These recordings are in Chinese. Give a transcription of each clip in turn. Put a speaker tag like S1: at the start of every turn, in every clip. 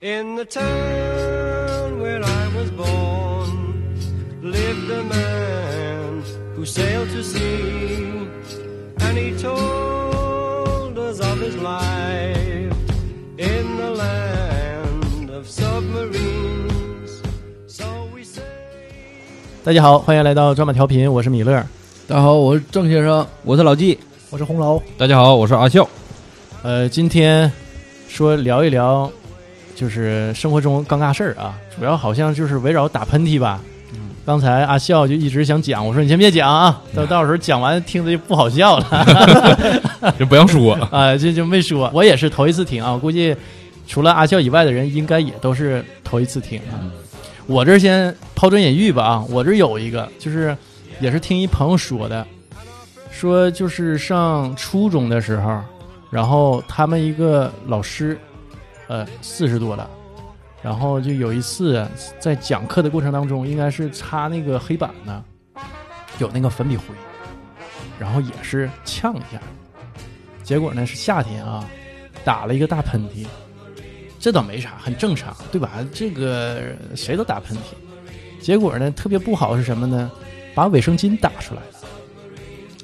S1: In the town where I was born lived a man who sailed to sea, and he told us of his life in the land of submarines. So we say.
S2: 大家好，欢迎来到抓马调频，我是米勒。
S3: 大家好，我是郑先生，我是老纪，
S2: 我是红楼。
S3: 大家好，我是阿笑。
S2: 呃，今天说聊一聊，就是生活中尴尬事儿啊，主要好像就是围绕打喷嚏吧。刚才阿笑就一直想讲，我说你先别讲啊，到到时候讲完听着就不好笑了
S3: 就不要说，
S2: 啊，这就没说。我也是头一次听啊，我估计除了阿笑以外的人，应该也都是头一次听啊。我这儿先抛砖引玉吧啊，我这儿有一个，就是也是听一朋友说的，说就是上初中的时候，然后他们一个老师，呃，四十多了，然后就有一次在讲课的过程当中，应该是擦那个黑板呢，有那个粉笔灰，然后也是呛一下，结果呢是夏天啊，打了一个大喷嚏，这倒没啥，很正常，对吧？这个谁都打喷嚏。结果呢，特别不好是什么呢？把卫生巾打出来了，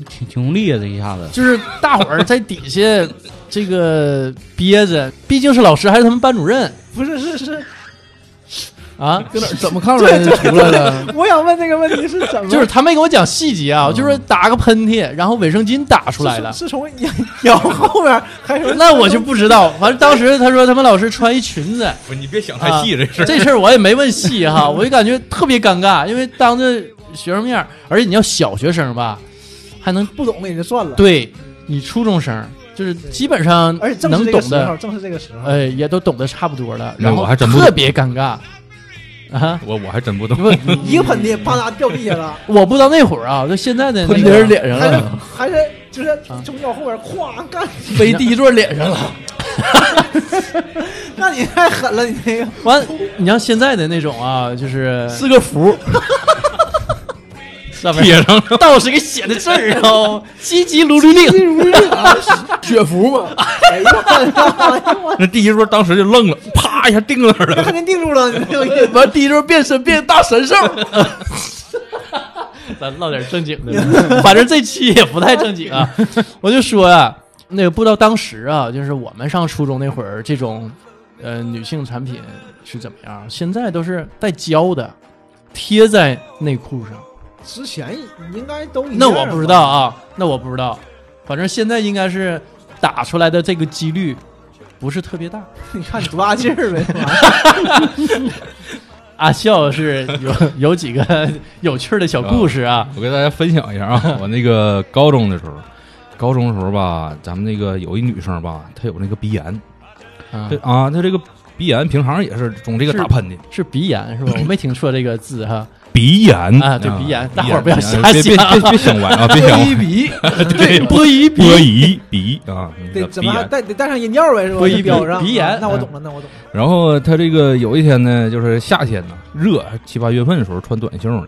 S3: 挺挺用力啊，这一下子。
S2: 就是大伙儿在底 下这个憋着，毕竟是老师还是他们班主任，
S4: 不是是是，
S2: 啊，
S3: 搁哪怎么看出来的？出来了，
S4: 我想问这个问题是怎么？
S2: 就是他没给我讲细节啊，就是打个喷嚏，然后卫生巾打出来了
S4: 是。是从咬咬后面还是
S2: 那我就不知道，反正当时他说他们老师穿一裙子，
S5: 不，你别想太细这事儿。
S2: 啊这事儿我也没问细哈，我就感觉特别尴尬，因为当着学生面儿，而且你要小学生吧，还能
S4: 不懂的也就算了，，
S2: 对你初中生，就是基本上
S4: 而且正
S2: 能
S4: 是这个
S2: 懂
S4: 时候，
S2: 的，
S4: 正是这个时候，
S2: 呃，也都懂得差不多
S3: 哎
S2: 了，
S5: 那
S2: 然后
S5: 我还真不懂
S2: 特别尴尬啊！
S5: 我我还真不懂，
S2: 不，
S4: 一个喷嚏啪嗒掉地下了，
S2: 我不知道那会儿啊，就现在的那
S3: 喷别人
S2: 个，
S3: 脸上
S4: 还是
S3: 了，
S4: 还是就是从咬后面咵干，
S3: 飞第一座脸上了。
S4: 那你太狠了，你那个
S2: 完，你像现在的那种啊，就是
S3: 是个福，
S2: 上面
S5: 贴上了。
S2: 道士给写的字儿啊，积极如律令，
S3: 啊雪福 嘛。
S4: 哎呦我，
S5: 那第一桌当时就愣了，啪一下定那儿
S4: 那
S5: 了。
S4: 肯定定住了，你这个意思。
S3: 完第一座变身变大神兽，
S2: 咱唠点正经的 吧，反正这期也不太正经 啊。我就说呀、那个不知道当时啊，就是我们上初中那会儿，这种呃女性产品是怎么样？现在都是带胶的，贴在内裤上。
S4: 之前应该都一样
S2: 那我不知道啊，那我不知道，反正现在应该是打出来的这个几率不是特别大。
S4: 吧，你看你多大劲儿 呗，
S2: 阿笑是有有几个有趣儿的小故事啊，
S5: 我给大家分享一下啊，我那个高中的时候，高中的时候吧，咱们那个有一女生吧，她有那个鼻炎，
S2: 啊
S5: 这啊，她这个鼻炎平常也是总这个
S2: 是
S5: 打喷嚏，
S2: 是鼻炎是吧？我没听错这个字哈。
S5: 鼻炎
S2: 啊对鼻炎大伙儿不
S5: 鼻
S2: 要
S5: 炎
S2: 瞎
S5: 别别
S2: 想
S5: 别别想歪啊，别想歪，
S3: 鼻
S5: 对
S2: 波一 鼻
S5: 波一鼻啊，那
S4: 得
S5: 个
S4: 怎
S5: 鼻
S4: 么还
S5: 炎。
S4: 带得带上音调呗，是吧？
S2: 不一
S4: 标上
S2: 鼻炎
S4: 啊那我懂了，那我懂了。
S5: 然后她这个有一天呢，就是夏天呢，热七八月份的时候穿短袖呢，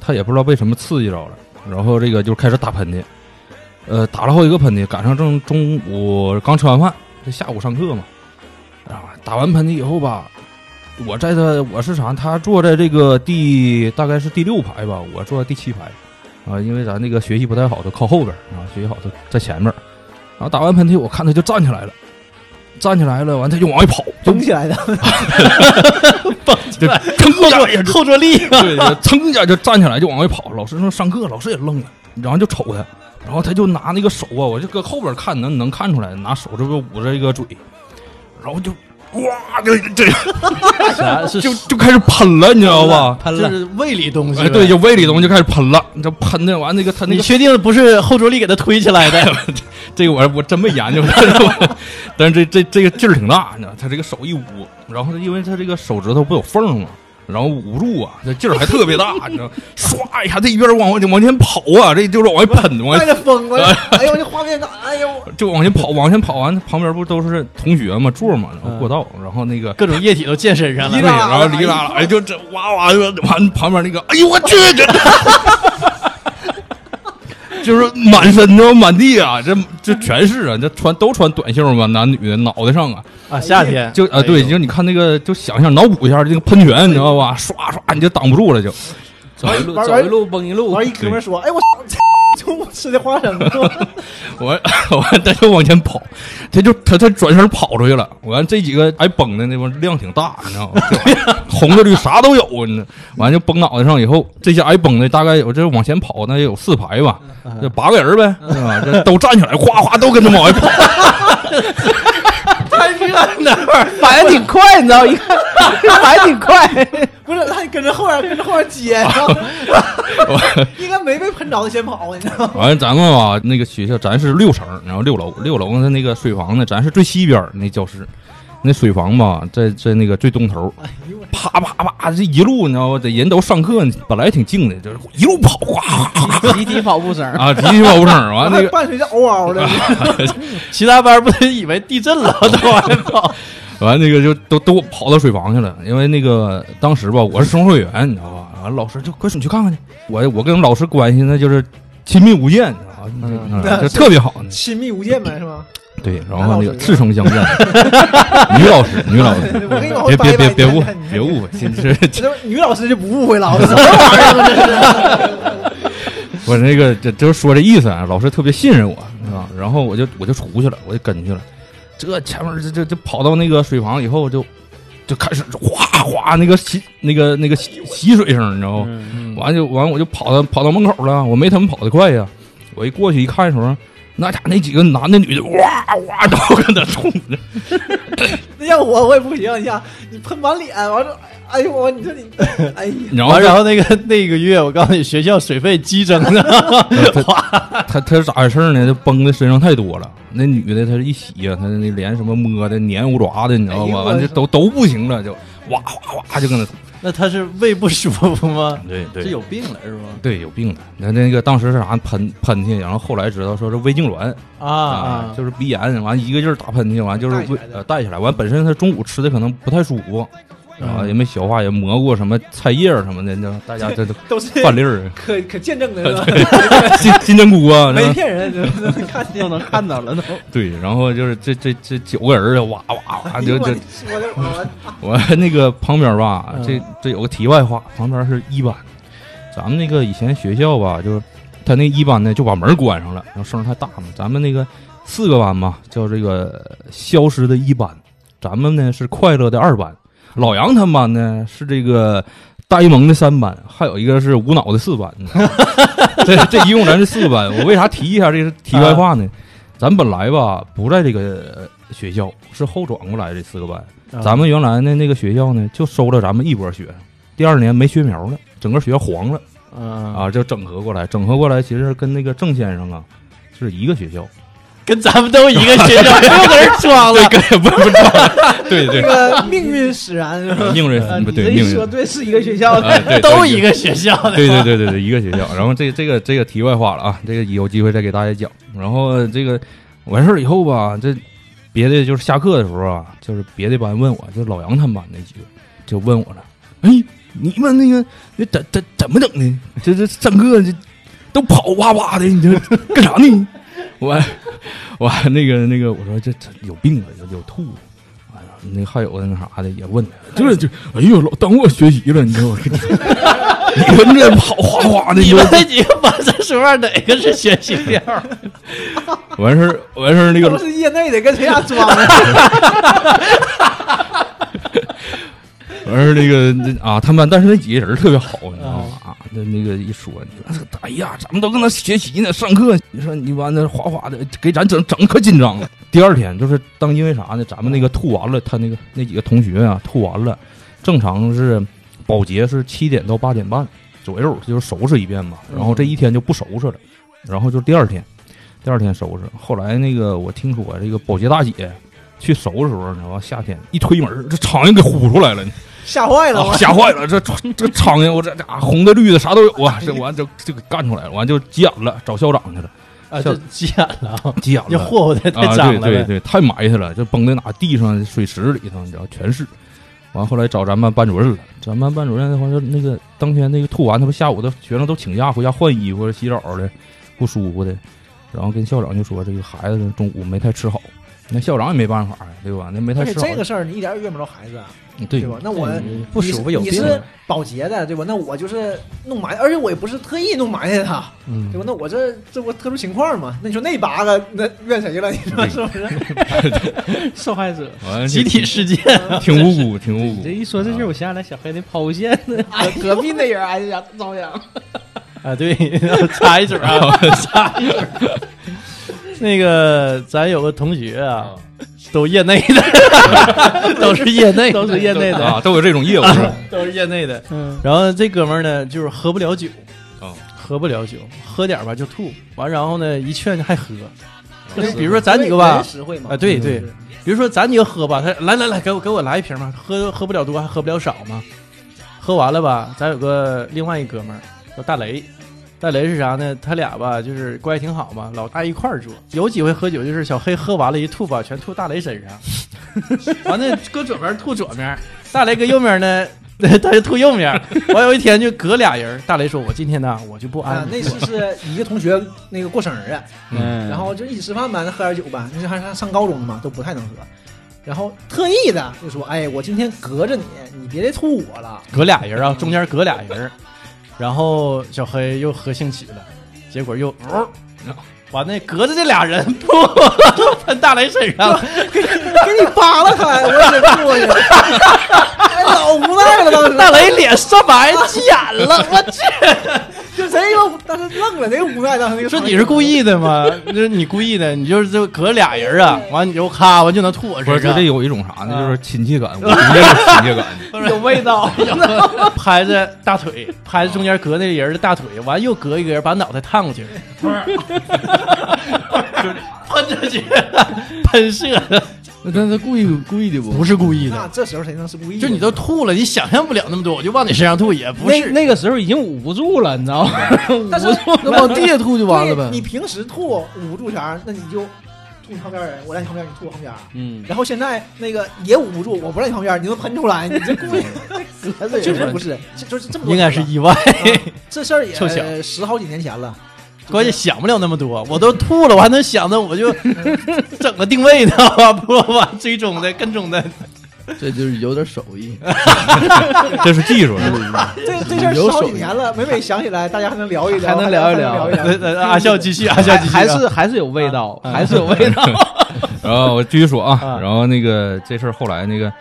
S5: 她也不知道被什么刺激着了，然后这个就开始打喷嚏，呃，打了好几个喷嚏，赶上正中午刚吃完饭，这下午上课嘛，啊，打完喷嚏以后吧，我在她我是啥，她坐在这个第大概是第六排吧，我坐在第七排，啊，因为咱那个学习不太好的靠后边啊，学习好的在前面，然后打完喷嚏，我看她就站起来了。站起来了，完她就往外跑，
S2: 嗯
S5: 就
S4: 肿起来的，
S5: 就腾一下也
S2: 后坐 力
S5: 对，就噌一下就站起来就往外跑。老师说上课，老师也愣了，然后就瞅他，然后他就拿那个手啊，我就搁后边看能能看出来，拿手这不捂着一个嘴，然后就哇就这
S2: 啥是
S5: 就就开始喷了，你知道吧？
S2: 喷了，就是胃里东西
S5: 哎，
S2: 呗。
S5: 对，就胃里东西就开始喷了，你这喷的完那个他那
S2: 你
S5: 个
S2: 确定不是后坐力给他推起来的？
S5: 这个我我真没研究，但是我 但是这这这个劲儿挺大，你知道，他这个手一捂，然后他因为他这个手指头不有缝吗？然后捂住啊，这劲儿还特别大，你知道，唰一下，这一边往往往前跑啊，这就是往外喷，往
S4: 带
S5: 外
S4: 着风，我哎呦，这画面感，哎呦，
S5: 就往前跑，往前跑完，旁边不都是同学嘛，座嘛，然后过道，然后那个
S2: 各种液体都溅身上
S5: 对，
S2: 了。
S5: 然后离拉了，哎，就这 哇哇就完，旁边那个，哎呦我去，这就是满身都满地啊，这这全是啊，这穿都穿短袖嘛，男女的脑袋上啊，
S2: 啊，夏天
S5: 就啊对，就你看那个，就想象脑补一下这个喷泉，你知道吧？唰唰你就挡不住了就，
S6: 走一路
S4: 哎玩
S6: 走一路崩一路
S4: 完，一哥们儿说：“哎，我 就我吃的花生。
S5: 我 我他就往前跑，他就他他转身跑出去了。我看这几个挨崩的那帮量挺大，你知道吗？就红的绿啥都有，你知道。完就崩脑袋上以后，这些挨崩的大概有这往前跑，那也有四排吧，这八个人呗，对吧？这都站起来，哗哗都跟着往外跑。
S3: 反应挺快，你知道？一看反应挺快，”
S4: 不是，他跟着后边，跟着后边 接，然后应该没被喷着的先跑，你知道吗？
S5: 完了，咱们吧，那个学校咱是六层，然后六楼，六楼呢，它那个水房呢，咱是最西边儿那教室，那水房吧，在在那个最东头，啪啪啪，这一路你知道吧，这人都上课，本来挺静的，就是一路跑哗
S6: 集体跑步声，
S5: 啊，急急跑步声儿，完了那个 啊
S4: 伴随着嗷嗷的，
S2: 其他班不得以为地震了 都往外跑，
S5: 完了那个就都都跑到水房去了，因为那个当时吧，我是生活委员，你知道吧，完了老师就快你去看看去，我我跟老师关系那就是亲密无间，你知道吧
S2: 嗯
S5: 就，就特别好，
S4: 亲密无间呗，是吗？
S5: 对，然后那个
S4: 嗯男老师
S5: 赤诚相 见，女老师，女老师，
S4: 我跟你往后
S5: 别
S4: 掰
S5: 别
S4: 一
S5: 别
S4: 掰
S5: 别
S4: 你
S5: 误
S4: 看你看
S5: 别 误会，其实
S4: 这都女老师就不误会了，我 操！
S5: 我那个这就是说这意思啊，老师特别信任我啊，然后我就我就出去了，我就跟去了，这前面这这这跑到那个水房以后就就开始哗哗那个洗那个那个洗洗水声，你知道吗？
S6: 嗯，
S5: 完就完我就跑到跑到门口了，我没他们跑得快呀，我一过去一看的时候。那家伙那几个男的女的，哇哇都跟那冲着，
S4: 那要我我也不行，你想你喷满脸，完了，哎呦我，你说你，哎呀，
S5: 然后
S2: 完
S5: 就
S2: 然后那个那个月，我告诉你，学校水费激增啊，
S5: 他他是咋回事儿呢？就崩的身上太多了。那女的，她一洗呀、她那连什么摸的、黏糊爪的，你知道
S4: 哎呦
S5: 吗？
S4: 我
S5: 完就都都不行了，就哇哇哇就跟那
S2: 那他是胃不舒服 吗？
S5: 对
S6: 这有病了是吗？
S5: 对有病的。那那个当时是啥喷喷嚏，然后后来知道说是胃痉挛
S2: 啊啊，
S5: 就是鼻炎，完一个劲儿打喷嚏，完就是
S4: 带起
S5: 胃
S4: 来的
S5: 呃带起来，完本身他中午吃的可能不太舒服。啊，
S2: 嗯
S5: 也没消化，也蘑菇什么菜叶儿什么的，那大家 这都
S4: 都是，
S5: 饭粒儿
S4: 可可见证的 是吧？
S5: 金金针菇啊，
S4: 没骗人，就是看见
S6: 又能看到了都，
S5: 对，然后就是这这这九个人儿啊，哇哇哇，就就
S4: 哎我的我
S5: 我那个旁边吧，
S2: 嗯
S5: 这这有个题外话，旁边是一班，咱们那个以前学校吧，就是他那一班呢就把门关上了，然后声儿太大了。咱们那个四个班嘛，叫这个消失的一班，咱们呢是快乐的二班，老杨他们班呢是这个呆萌的三班，还有一个是无脑的四班。 这这一共咱是四班，我为啥提一下这个题外话呢？咱本来吧不在这个学校，是后转过来这四个班。
S2: 啊
S5: 咱们原来的那个学校呢，就收了咱们一波学生，第二年没学苗了，整个学校黄了
S2: 嗯啊，
S5: 啊，就整合过来，整合过来其实跟那个郑先生啊是一个学校，
S2: 跟咱们都一个学校，又搁这装了
S5: 对，。 跟不不知道，对
S4: 那
S5: 对，呃
S4: 个命运使然是吧？
S5: 命运哎不
S4: 你这
S5: 对
S4: 一
S5: 命
S4: 说，
S5: 运，
S4: 对，是一个学校的。
S5: 哎 对，
S2: 都
S5: 一
S2: 一个学校 的，
S5: 对对对对对，一个学校。然后这这个这个题外话了啊，这个有机会再给大家讲。然后这个完事儿以后吧，这别的就是下课的时候啊，就是别的班问我，就老杨他们班那几个就问我了，哎，你们那个那怎怎怎么整的？这这上课这都跑哇哇的，你这干啥呢？ 我我那个那个我说这这有病啊，有有吐。哎呀那还有的那啥的也问他，就是就哎呦老耽误我学习了，你知道吗？ 你们这跑哗哗的，
S2: 你们那几个班这时候哪个是学习料？
S5: 完事儿完事儿那
S4: 都
S5: 个
S4: 是业内的，跟谁家装
S5: 哦
S4: 的？
S5: 完事儿那个那啊，他们但是那几个人特别好，你知道吗？啊，那那个一说，你说哎呀，咱们都跟他学习呢，上课你说你完那哗哗的，给咱整整可紧张了。第二天就是当因为啥呢？咱们那个吐完了，他那个那几个同学啊吐完了，正常是保洁是七点到八点半左右，就是收拾一遍嘛。然后这一天就不收拾了，然后就第二天，第二天收拾。后来那个我听说这个保洁大姐去收拾的时候，你知道吧？夏天一推门，这苍蝇给呼出来了，
S4: 吓坏了
S5: 啊
S4: 我！
S5: 吓坏了！这这苍蝇，我这这红的绿的啥都有啊！这完就就给干出来了，完就急眼了，找校长去了，
S2: 啊，这急眼了啊，
S5: 急眼
S2: 你
S5: 了。
S2: 霍霍的太
S5: 啊，
S2: 脏
S5: 对
S2: 了
S5: 对
S2: 呗。
S5: 对，太埋汰了，就崩在哪地上、水池里头，你知道全是。完后来找咱们班主任了，咱们班主任的话说，那个当天那个吐完，他不下午的学生都请假回家换衣服、洗澡的，不舒服的，然后跟校长就说这个孩子中午没太吃好，那校长也没办法呀，对吧？那没太
S4: 而且
S5: 吃好，
S4: 这个事儿你一点儿也怨不着孩子，啊，
S5: 对
S4: 对吧？那我
S6: 嗯不舒服有
S4: 你
S6: 病
S4: 是，你是保洁的对吧？那我就是弄埋，而且我也不是特意弄埋汰他，
S5: 嗯
S4: 对吧？那我这这不特殊情况嘛？那你说那八个那怨谁了？你说是不是？
S6: 受害者。
S5: 完了
S2: 集体事件，
S5: 挺无辜，挺无
S6: 你
S5: 辜
S6: 这。一说这事儿，我想起来小黑那抛物线呢，
S4: 隔壁那人哎呀遭殃，
S2: 啊，对，插一嘴啊， 插一嘴。那个，咱有个同学啊，都业内的， 都是业内，
S6: 都是业内的
S5: 啊，都有这种业务是吧？
S2: 都是业内的。
S6: 嗯，
S2: 然后这哥们儿呢，就是喝不了酒，
S5: 哦
S2: 喝不了酒，喝点儿吧就吐，完然后呢一劝还喝，
S5: 喝
S2: 就比如说咱几个吧
S4: 人，实惠嘛嗯
S2: 啊，对对，比如说咱几个喝吧，他来来来，给我给我来一瓶吧，喝喝不了多还喝不了少嘛，喝完了吧，咱有个另外一哥们儿叫大雷，大雷是啥呢？他俩吧就是关系挺好嘛，老爱一块儿坐，有几回喝酒就是小黑喝完了，一吐吧全吐大雷身上， 完了搁左边吐左边，大雷搁右面呢。 他就吐右面，完有一天就隔俩人，大雷说：“我今天呢，我就不安
S4: 啊，那次是一个同学那个过生日，
S6: 嗯
S4: 然后就一起吃饭呗，那喝点酒呗。那还上上高中嘛，都不太能喝。然后特意的就说：“哎，我今天隔着你，你别再吐我了。
S2: 隔俩人啊，中间隔俩人，然后小黑又喝兴起了，结果又哦，把那隔着这俩人噗 喷大雷身上了，
S4: 给你扒拉开，我也得吐过去。哎，老无奈了，当时
S2: 大雷脸煞白急眼 了，我去！
S4: 就谁又当时愣了，谁无奈当时那个。
S2: 说你是故意的吗？ 就是你故意的，你就是就隔俩人啊，完你就咔完就能吐我
S5: 不
S2: 身
S5: 是，
S2: 上
S5: 这，有一种啥呢？就是亲切感，我觉得有亲切感。
S2: 有味道， 拍着大腿，拍着中间隔那人的大腿，完又隔一个人把脑袋探 过去，喷出去， 喷射的，
S6: 那他他故意故意的不
S2: 不？是故意的
S4: 那。这时候谁能是故意的？
S2: 就你都吐了，你想象不了那么多，我就往你身上吐也不
S6: 那
S2: 是。
S6: 那个时候已经捂不住了，你知道 吗？
S4: 但是
S6: 那往地下吐就完了呗
S4: 对你平时吐捂不住钱儿，那你就吐你旁边人，我在你旁边，你吐我旁边。
S6: 嗯，
S4: 然后现在那个也捂不住，我不在你旁边，你能喷出来，你这故意 确实不是，这就是这么多
S2: 应该是意外，
S4: 年了啊这事儿也
S2: 凑巧
S4: 十好几年 前了。
S2: 关键想不了那么多，我都吐了，我还能想着我就整个定位呢， 我不往追踪的、跟踪的，
S6: 这就是有点手艺。
S5: 这是技术，
S4: 这这事儿十好几年了，每每想起来，大家还能聊一聊，
S6: 还能聊一聊
S4: 聊，
S2: 呃
S4: 聊。
S2: 呃阿笑继续，阿笑继续啊，
S6: 还是还是有味道，还是有味道。
S5: 然后我继续说啊
S2: 啊，
S5: 然后那个这事儿后来那个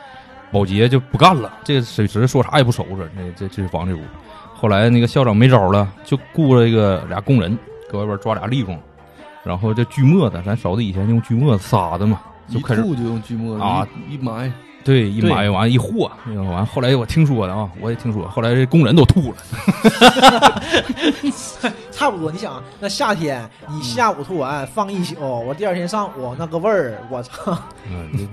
S5: 保洁就不干了，这水池说啥也不收拾，那这这房这屋。后来那个校长没招了，就雇了一个俩工人搁外边抓俩立工，然后这锯沫子，咱勺子以前用锯沫子撒的嘛，就
S6: 一
S5: 开始
S6: 吐就用锯末
S5: 啊，
S6: 一一埋
S5: 对一埋完一和，那个完后来我听说的啊，我也听说，后来这工人都吐了，
S4: 差不多。你想啊，那夏天你下午吐完放一宿，我第二天上午那个味儿，我操！
S5: 嗯，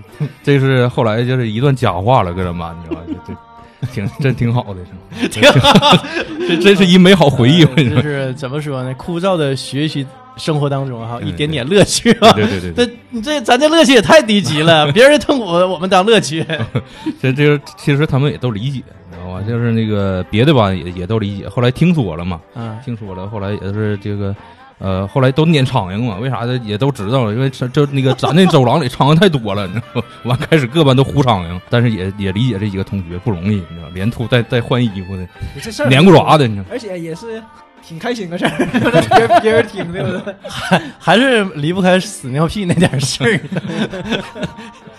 S5: 这这是后来就是一段佳话了，各人吧，你知道吗？这这挺真挺好的， 是吧 这真是一美好回忆，
S4: 嗯
S5: 我跟你
S2: 就
S5: 说，
S2: 是怎么说呢？枯燥的学习生活当中哈，
S5: 嗯
S2: 一点点乐趣啊。
S5: 对对对 对
S2: 这你这咱这乐趣也太低级 了，别人痛苦我们当乐趣，
S5: 这这个其实他们也都理解，你知道吗？就是那个别的吧，也也都理解。后来听说了嘛，
S2: 嗯，
S5: 听说了，后来也是这个，呃，后来都撵苍蝇嘛，为啥的也都知道了，因为这这那个咱那走廊里苍蝇太多了，你知道吗？完开始各班都呼苍蝇，但是也也理解这几个同学不容易，你知道吗，连吐带带换衣服的，
S4: 你这事儿
S5: 连裤衩的，你知道吗。
S4: 而且也是挺开心个事儿，别别人听对不对？
S2: 还是离不开屎尿屁那点事儿。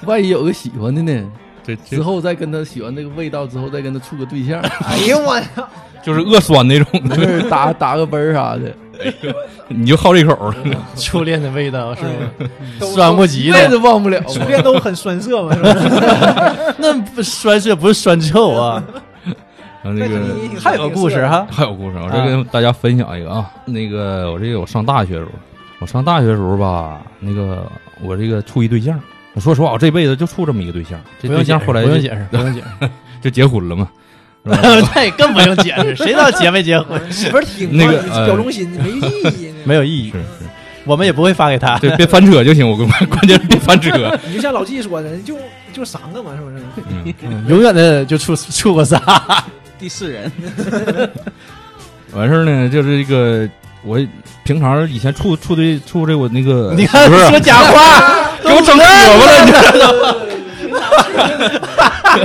S6: 万一有个喜欢的呢？
S5: 这
S6: 之
S5: 这
S6: 后再跟他喜欢那个味道，之后再跟他处个对象，
S4: 哎呦我操！
S5: 就是恶酸那种
S2: 嗯
S5: 的，
S6: 就是 打打个奔儿啥的，
S5: 你就好这口
S2: 嗯
S5: 了。
S2: 初恋的味道是吗？
S4: 都
S2: 酸不及
S6: 一
S2: 的
S6: 辈，子忘不了。
S4: 嗯初恋都很酸涩嘛，是不是？
S2: 那不酸涩不是酸臭啊，
S5: 然后那个
S4: 你
S2: 还有个故事，啊哈。
S5: 还有故事，我再跟大家分享一个啊。那个，我这个我上大学的时候，我上大学的时候吧，那个我这个处一对象，我说实话，我这辈子就处这么一个对象，这
S2: 不
S5: 对
S2: 用解
S5: 象
S2: 释，
S5: 后来
S2: 不用
S5: 就
S2: 解释，不用解释，
S5: 就结婚了嘛。然后
S2: 那也更不用解释，谁知道结没结婚？
S4: 你不是挺
S5: 那个
S4: 吗
S5: 呃
S4: 表忠心没意义呢。
S2: 没有意义
S5: 是，是，
S2: 我们也不会发给他。
S5: 对，别翻车就行。我跟 关键是别翻车。
S4: 你就像老纪说的，就就三个嘛，是不是？
S5: 嗯
S2: 嗯永远的就处处过仨，
S6: 第四人，
S5: 完事儿呢，就是这个我平常以前处处对处这我那个
S2: 你看
S5: 媳妇儿啊
S2: 说假话，
S5: 给我整恶巴了，你知道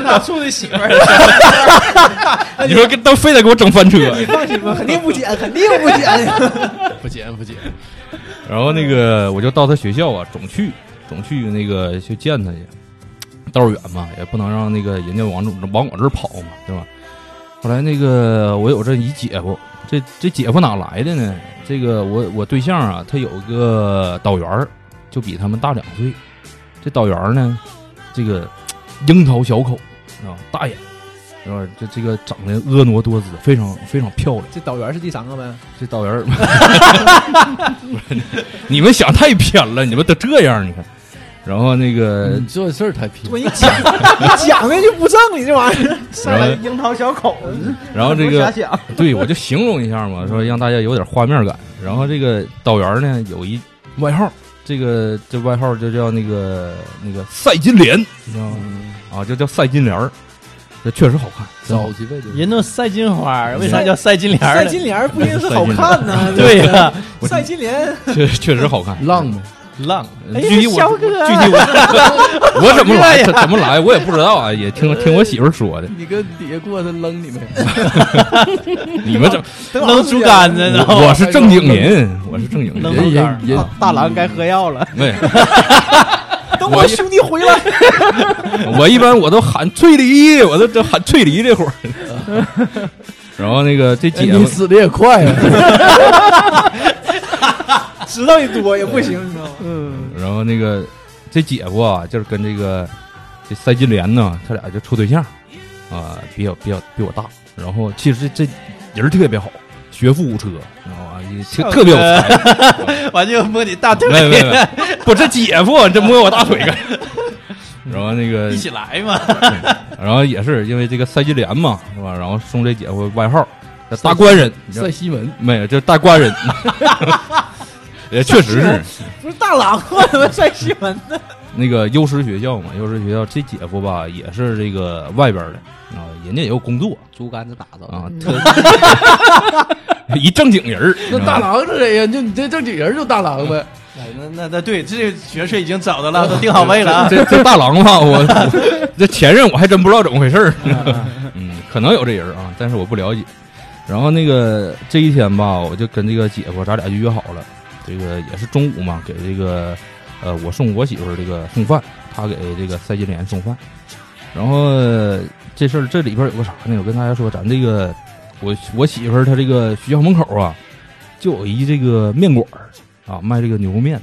S3: 哪处的媳妇儿？
S5: 吗？你说给都非得给我整翻车。
S4: 放心吧，肯定不减，肯定不减。
S2: 不减不减，
S5: 然后那个我就到他学校啊，总去总去那个去见他去，道儿远嘛，也不能让那个人家往往我这儿跑嘛，对吧？后来那个我有这一姐夫，这这姐夫哪来的呢？这个我我对象啊，他有个导员儿，就比他们大两岁。这导员儿呢，这个樱桃小口啊，大眼，是吧？这这个长得婀娜多姿，非常非常漂亮。
S4: 这导员是第三个呗？
S5: 这导员儿，不是 你们想太偏了，你们都这样，你看。然后那个
S2: 嗯
S6: 你，做事儿太偏
S4: 我，一讲，一讲的就不正，你这玩意儿。
S5: 然后
S3: 樱桃小口子，
S5: 然后这
S3: 瞎
S5: 个，
S3: 想，
S5: 对我就形容一下嘛，说让大家有点画面感。然后这个导员儿呢有一外号，这个这外号就叫那个那个赛金莲，你知道吗？啊，就叫赛金莲儿，这确实好看，真好
S6: 早期呗，就是
S2: 人都赛金花，为啥叫赛金莲儿
S4: 赛
S2: 呢？
S4: 金莲不一定是好看呢。
S2: 对呀，
S5: 我
S4: 赛金莲
S5: 确确实好看。
S6: 浪嘛，
S2: 浪
S5: 呃具体我
S3: 肖哥
S5: 具体我 我怎么来怎么来我也不知道啊，也听听我媳妇儿说的。
S6: 你跟底下过他扔你 呗，
S5: 你们怎么？
S2: 扔竹竿子，然后
S5: 我是正经人，我是正经
S2: 扔
S5: 人，
S2: 竹
S6: 人
S2: 竿儿
S6: 人人
S3: 大郎该喝药了。
S5: 对，
S4: 等我兄弟回来，
S5: 我一般我都喊翠梨，我都都喊翠梨这会儿。 然后那个这
S6: 哎
S5: 姐
S6: 你
S5: 夫，
S6: 死的也快啊，
S4: 知道的多也不行，你知道吗？
S6: 嗯
S5: 然后那个这姐夫啊，就是跟这个这赛金莲呢，他俩就处对象啊，比较比较比我大。然后其实这这人特别好，学富五车，你知道吧？也特特别有才。
S2: 完就摸你大腿，
S5: 没没没，不，这姐夫这摸我大腿干。然后那个
S2: 一起来嘛，
S5: 然后也是因为这个赛金莲嘛，是吧？然后送这姐夫外号叫大官人，你知道
S6: 赛西门，
S5: 没有，就是大官 人，也确实是
S4: 不是大郎吗？ 怎么赛西门呢？
S5: 那个优师学校嘛，优师学校这姐夫吧也是这个外边的啊，人家也有工作
S6: 竹竿子打着
S5: 啊，特一正经人儿，
S6: 那大
S5: 佬
S6: 郎是谁呀？就你这正经人就大郎呗，
S2: 哎那那那对，这个角色已经找到了，都定好位了啊。
S5: 这这大郎吧，我我这前任我还真不知道怎么回事儿， 嗯，可能有这人啊，但是我不了解。然后那个这一天吧，我就跟这个姐夫，咱俩就约好了，这个也是中午嘛，给这个呃我送我媳妇儿这个送饭，他给这个赛金莲送饭。然后呃这事儿这里边有个啥呢？我跟大家说，咱这个我我媳妇儿她这个学校门口啊，就有一这个面馆儿啊，卖这个牛肉面的。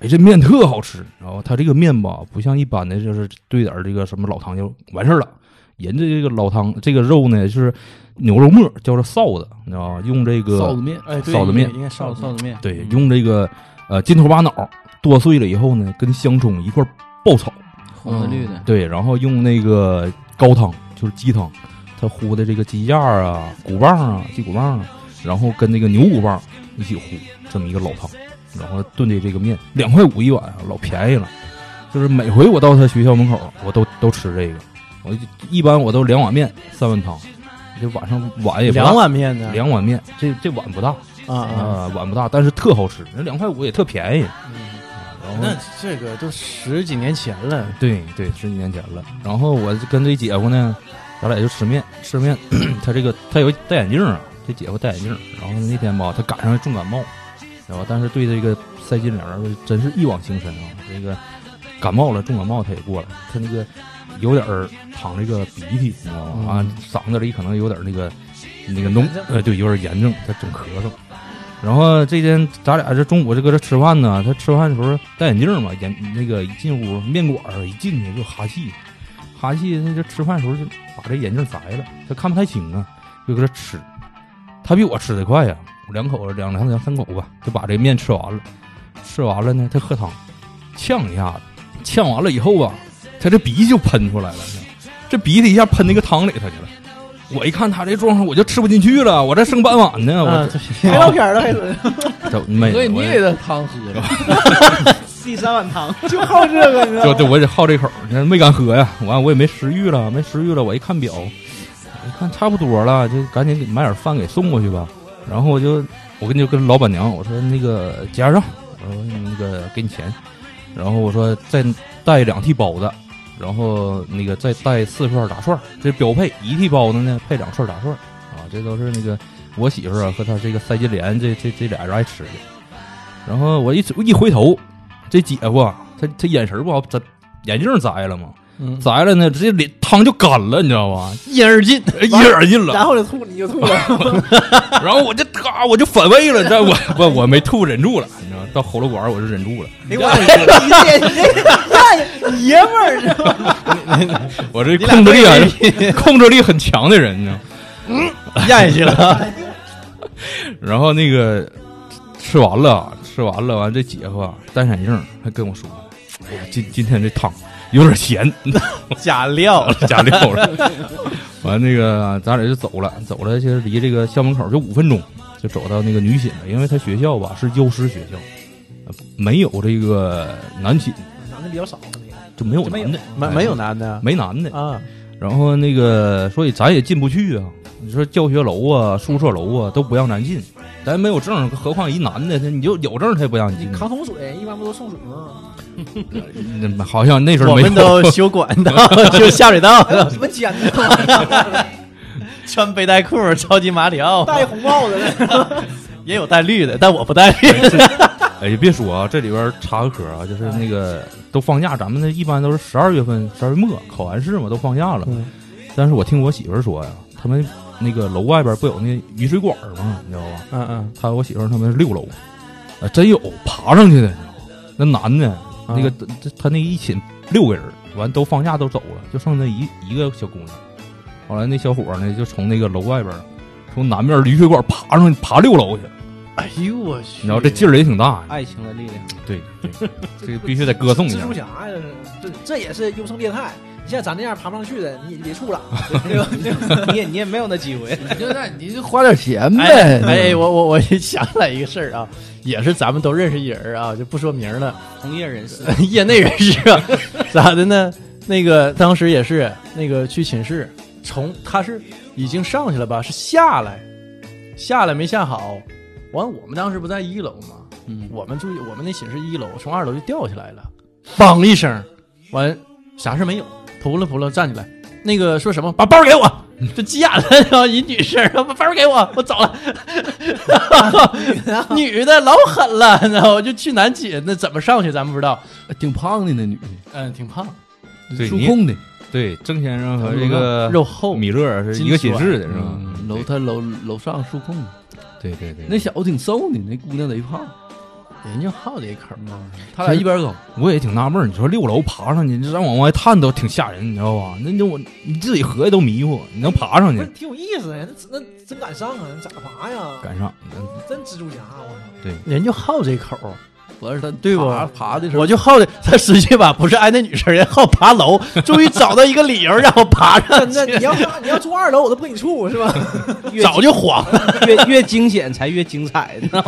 S5: 哎，这面特好吃。然后它这个面吧，不像一般的，就是兑点儿这个什么老汤就完事儿了。人家这个老汤，这个肉呢，就是牛肉末，叫做臊子，你知道吧？用这个
S6: 臊子面，
S2: 哎，对
S5: 臊子面嗯
S2: 应该臊臊子面，
S5: 对，用这个呃筋头巴脑剁碎了以后呢，跟香葱一块儿爆炒，
S6: 红的绿的，
S5: 嗯对，然后用那个高汤，就是鸡汤，他烀的这个鸡架啊、骨棒啊、鸡骨棒啊，然后跟那个牛骨棒一起烀，这么一个老汤，然后炖的这个面两块五一碗，老便宜了。就是每回我到他学校门口，我都都吃这个，我就一般我都两碗面三碗汤，这晚上碗也不大
S2: 两碗面呢，
S5: 两碗面，这这碗不大
S2: 啊
S5: 啊、
S2: 啊，
S5: 碗不大，但是特好吃，那两块五也特便宜。啊然后
S2: 嗯那这个都十几年前了，
S5: 对对，十几年前了。然后我就跟这姐夫呢，咱俩就吃面吃面。 他这个他有戴眼镜啊，这姐夫戴眼镜。然后那天吧，他赶上重感冒，然后但是对这个赛金莲儿真是一往情深啊。这个感冒了，重感冒他也过了，他那个有点儿淌这个鼻涕，你知道吗？啊，嗓子里可能有点儿那个那个脓，呃，对，有点儿炎症，他总咳嗽。然后这天咱俩这中午就搁这吃饭呢，他吃饭的时候戴眼镜嘛，眼那个一进屋面馆儿一进去就哈气，哈气他这吃饭时候就把这眼镜摘了，他看不太清啊，就搁这吃。他比我吃的快呀、我两口两两两三口吧，就把这面吃完了。吃完了呢，他喝汤，呛一下子，呛完了以后吧，啊他这鼻涕就喷出来了，这鼻涕一下喷那个汤里头去了。我一看他这状况，我就吃不进去了，我这剩半碗呢，我
S2: 啊，
S4: 拍照片了还是？
S5: 这没
S6: 哎所以
S5: 我
S6: 你给他汤喝了，
S3: 第三碗汤，
S4: 就好这个，你 知道
S5: 就
S4: 吗？
S5: 就我得好这口儿，那没敢喝呀。完我也没食欲了，没食欲了。我一看表，我一看差不多了，就赶紧给买点饭给送过去吧。然后我就我跟就跟老板娘我说那个结账，我说那个给你钱，然后我说再带两屉包子，然后那个再带四串炸串儿，这标配一屉包子呢配两串炸串儿啊，这都是那个我媳妇儿啊和她这个三金莲这这这俩人爱吃的。然后我一一回头，这姐夫啊她她眼神不好，她眼镜摘了嘛，
S2: 嗯，
S5: 摘了呢，直接脸汤就干了，你知道吧？
S2: 一饮而尽，
S5: 一饮而尽了。
S4: 然后就吐，你 就吐了。
S5: 然后我就嘎，我就反胃了，你知道我我我没吐，忍住了，你知道到喉咙管儿我就忍住了，
S4: 哎呦我天，你这你这爷们儿，你知道吗
S5: 我这控制力很控制力很强的人，你知道吗。
S2: 咽下去了。
S5: 然后那个吃完了，吃完了，完这姐夫啊，单闪性还跟我说：“哎呀，今今天这汤有点咸，
S2: 假料，
S5: 加料了。”完那个咱俩就走了，走了其实离这个校门口就五分钟，就走到那个女寝了，因为他学校吧是幼师学校，呃没有这个男寝，
S4: 男的比较少，那
S5: 就没有
S4: 就没有
S5: 男的，哎
S3: 没没有男的
S5: 没男的。
S3: 啊，
S5: 然后那个，所以咱也进不去啊。你说教学楼啊、宿舍楼啊都不让咱进，咱没有证，何况一男的，他你就有证他也不让你
S4: 个
S5: 进
S4: 你。扛桶水一般不都送水 吗？
S5: 嗯好像那时候
S2: 我
S5: 没
S2: 们
S5: 有
S2: 都修管道，修下水道，
S4: 还有什么尖 的？
S2: 穿背带裤，超级马里奥，
S4: 戴红帽子的，
S2: 也有带绿的，但我不带绿的。
S5: 哎，别说啊，这里边插个科啊，就是那个都放假，咱们那一般都是十二月份、十二月末考完试嘛，都放假了。
S2: 嗯
S5: 但是我听我媳妇儿说呀，他们那个楼外边不有那雨水管儿吗？你知道吧？
S2: 嗯嗯，
S5: 他我媳妇儿他们是六楼，啊，真有爬上去的，你知道吗那男的，那个这他那一寝六个人，完都放假都走了，就剩那一一个小姑娘。后来那小伙儿呢，就从那个楼外边儿，从南面雨水管爬上去，爬六楼去，
S2: 哎呦我去，
S5: 你知道这劲儿也挺大呀。
S3: 爱情的力量，
S5: 对，对这个必须得歌颂一
S4: 蜘
S5: 下
S4: 蛛。侠呀，这这也是优胜劣汰。你像咱这样爬不上去的，你也就别处了，啊对吧？对吧
S3: 你也你也没有那机会。
S6: 你就在你就花点钱
S2: 哎
S6: 呗。
S2: 哎，我我我也想起来一个事儿啊，也是咱们都认识一人儿啊，就不说名儿了，
S3: 从业人士，
S2: 业内人士啊，咋的呢？那个当时也是那个去寝室，从他是已经上去了吧，是下来，下来没下好。完，我们当时不在一楼吗？
S6: 嗯
S2: 我们住我们那寝室一楼，从二楼就掉下来了，梆一声，完啥事没有，扑了扑了站起来，那个说什么把包给我， 就急眼了，然后一女生 把包给我，我走 了，女的老狠了， 然后就去南寝，那怎么上去咱们不知道，
S6: 挺胖的那女
S2: 嗯，挺胖，
S5: 对
S6: 的，数控的，
S5: 对，郑先生
S3: 嗯
S5: 和这个
S2: 肉厚，
S5: 米勒是一个寝室的是吧？
S6: 嗯楼他楼楼上数控的，
S5: 对对对。
S6: 那小子挺瘦的，那姑娘贼胖，
S2: 人就好这一口嘛。
S3: 嗯
S6: 他俩一边高。
S5: 我也挺纳闷儿，你说六楼爬上去，你让往外探都挺吓人，你知道吧？那就我你自己合计都迷糊，你能爬上
S6: 嗯
S4: 不
S5: 去
S4: 是？挺有意思的，那那真敢上啊，咋爬呀？
S5: 赶上，
S4: 真蜘蛛侠，我 操！
S2: 人就好这口，
S6: 主要是他
S2: 对不
S6: 爬爬的时候，
S2: 我就好这，他实际吧不是挨那女生，人好爬楼，终于找到一个理由让我 爬上
S4: 真的，你要上你要住二楼，我都不给你处，是吧？
S2: 去，早就慌了。
S3: 越越惊险才越精彩呢。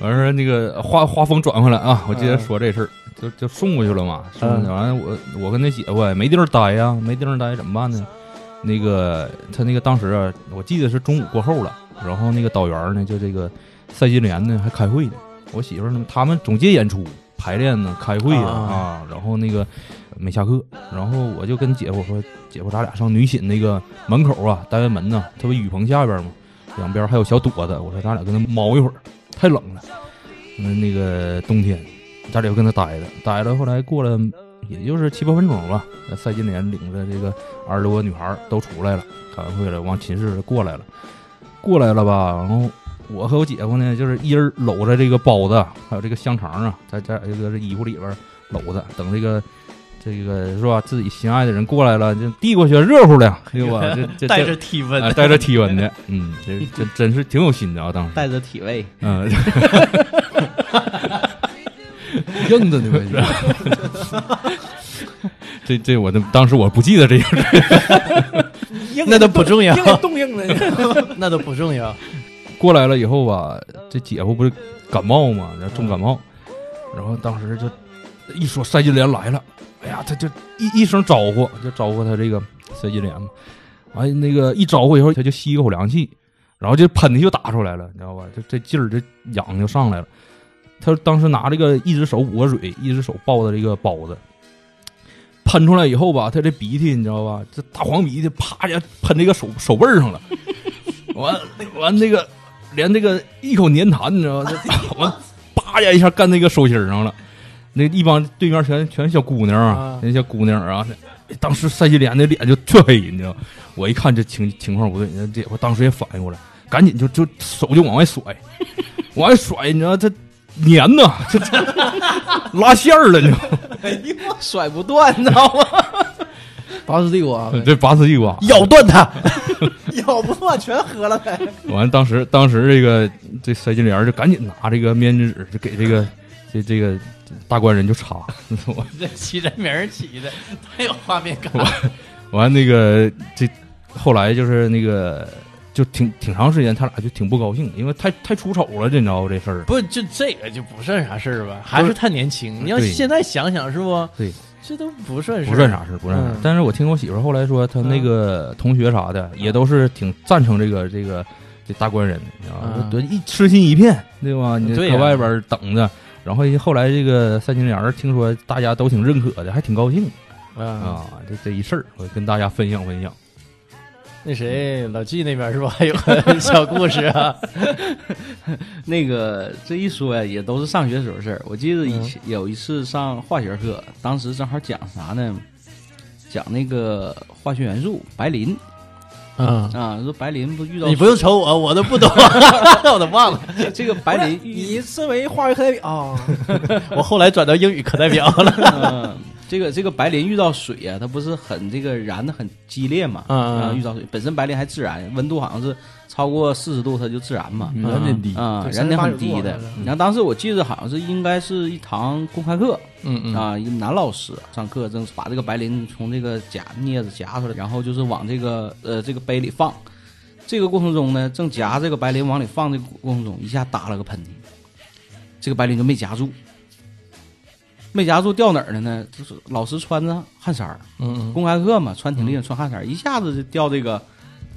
S5: 完事儿那个话话锋转回来啊，我接着说这事儿，就就送过去了嘛。送过去完了，我我跟那姐夫也没地儿待呀，没地儿待怎么办呢？那个他那个当时啊，我记得是中午过后了，然后那个导员儿呢，就这个赛金莲呢还开会呢，我媳妇儿呢他们总接演出排练呢，开会啊，啊然后那个没下课，然后我就跟姐夫说，姐夫咱俩上女寝那个门口啊，单元门呐，它不雨棚下边嘛，两边还有小垛子，我说咱俩跟他猫一会儿，太冷了。那那个冬天，家里又跟他待着，待着后来过了也就是七八分钟吧，那赛金莲领着这个二十多个女孩儿都出来了，开完会了，往寝室过来了，过来了吧，然后我和我姐夫呢，就是一人搂着这个包子，还有这个香肠啊，在在这个衣服里边儿搂着，等这个。这个是吧？自己心爱的人过来了，就递过去，热乎的呀，对吧？这这 这
S2: 带着体温
S5: 啊，带着体温的，嗯，这这真是挺有心的啊，当时，
S3: 带着体味，
S5: 嗯，
S6: 硬着呢呗，
S5: 这这我都当时我不记得这个，
S4: 硬
S2: 那都不重要
S4: 硬，
S6: 啊
S4: 给冻硬 的，
S2: 那都不重要。
S5: 过来了以后吧，这姐夫不是感冒嘛，然后重感冒，然后当时就一说赛金莲来了，哎呀，他就一一声招呼，就招呼他这个赛金莲嘛，完、哎、那个一招呼以后，他就吸一口凉气，然后这喷嚏就打出来了，你知道吧？这这劲儿，这痒就上来了。他当时拿这个一只手捂着嘴，一只手抱着这个包子，喷出来以后吧，他这鼻涕你知道吧？这大黄鼻涕啪一下喷这个手手背儿上了，完完那个连这个一口粘痰，你知道吧？这完叭呀一下干那个手心儿上了。那一帮对面全全是小姑娘
S2: 啊
S5: 那小姑娘啊，那当时塞西莲的脸就特黑，你知道吗？我一看这情情况不对，那这我当时也反应过来，赶紧就就手就往外甩，往外甩，你知道这粘呐， 这这拉线儿了，你知道吗
S3: 甩不断，你知道吗？
S6: 拔丝地
S3: 啊
S6: 瓜，
S5: 这拔丝地瓜，
S2: 咬断它。
S4: 咬不断全喝了呗。
S5: 完，当时当时这个这塞金莲儿就赶紧拿这个面巾纸就给这个这这个大官人就擦，我
S2: 这起这名儿起的太有画面感
S5: 了。 完那个这后来就是那个就挺挺长时间，他俩就挺不高兴，因为太太出丑了，这你知道这事儿。
S2: 不，就这个就不算啥事儿吧，还是太年轻。你要
S5: 对
S2: 现在想想，是不？
S5: 对，
S2: 这都不算事，
S5: 不算。啥事儿，不算啥事儿
S2: 嗯。
S5: 但是我听我媳妇儿后来说，她那个同学啥的也都是挺赞成这个这个这大官人的，你知道吗
S2: 嗯？
S5: 就一痴心一片，对吧？你
S2: 对
S5: 搁
S2: 呀
S5: 外边儿等着。然后后来这个三金莲儿听说大家都挺认可的，还挺高兴
S2: 啊，
S5: 啊。这这一事儿，我跟大家分享分享。
S2: 那谁老纪那边是不还 有个小故事啊？
S6: 那个这一说呀，也都是上学时候的事儿。我记得
S2: 嗯
S6: 以前有一次上化学课，当时正好讲啥呢？讲那个化学元素白磷
S2: 嗯，
S6: 啊，说白磷不遇到
S2: 你不用瞅我，我都不懂， 我都忘了。
S6: 这这个白磷遇
S4: 你身为化学课代表
S6: 哦
S4: 啊，
S2: 我后来转到英语课代表了。
S6: 嗯，这个这个白磷遇到水呀、它不是很这个燃的很激烈嘛？
S2: 嗯嗯
S6: 啊，遇到水本身白磷还自燃，温度好像是超过四十度它就自燃嘛。
S2: 嗯
S6: 啊、
S2: 点
S6: 低啊，
S4: 对
S6: 燃点很
S4: 38
S6: 低的
S4: 度啊。
S6: 然后当时我记得好像是应该是一堂公开课，
S2: 嗯嗯
S6: 啊，一个男老师上课正把这个白磷从这个夹镊子夹出来，然后就是往这个呃这个杯里放。这个过程中呢，正夹这个白磷往里放的过程中，一下打了个喷嚏，这个白磷就没夹住，没夹住掉哪儿了呢？就是老师穿着汗衫儿，
S2: 嗯
S6: 公开课嘛，穿挺立正，穿汗衫儿，一下子就掉这个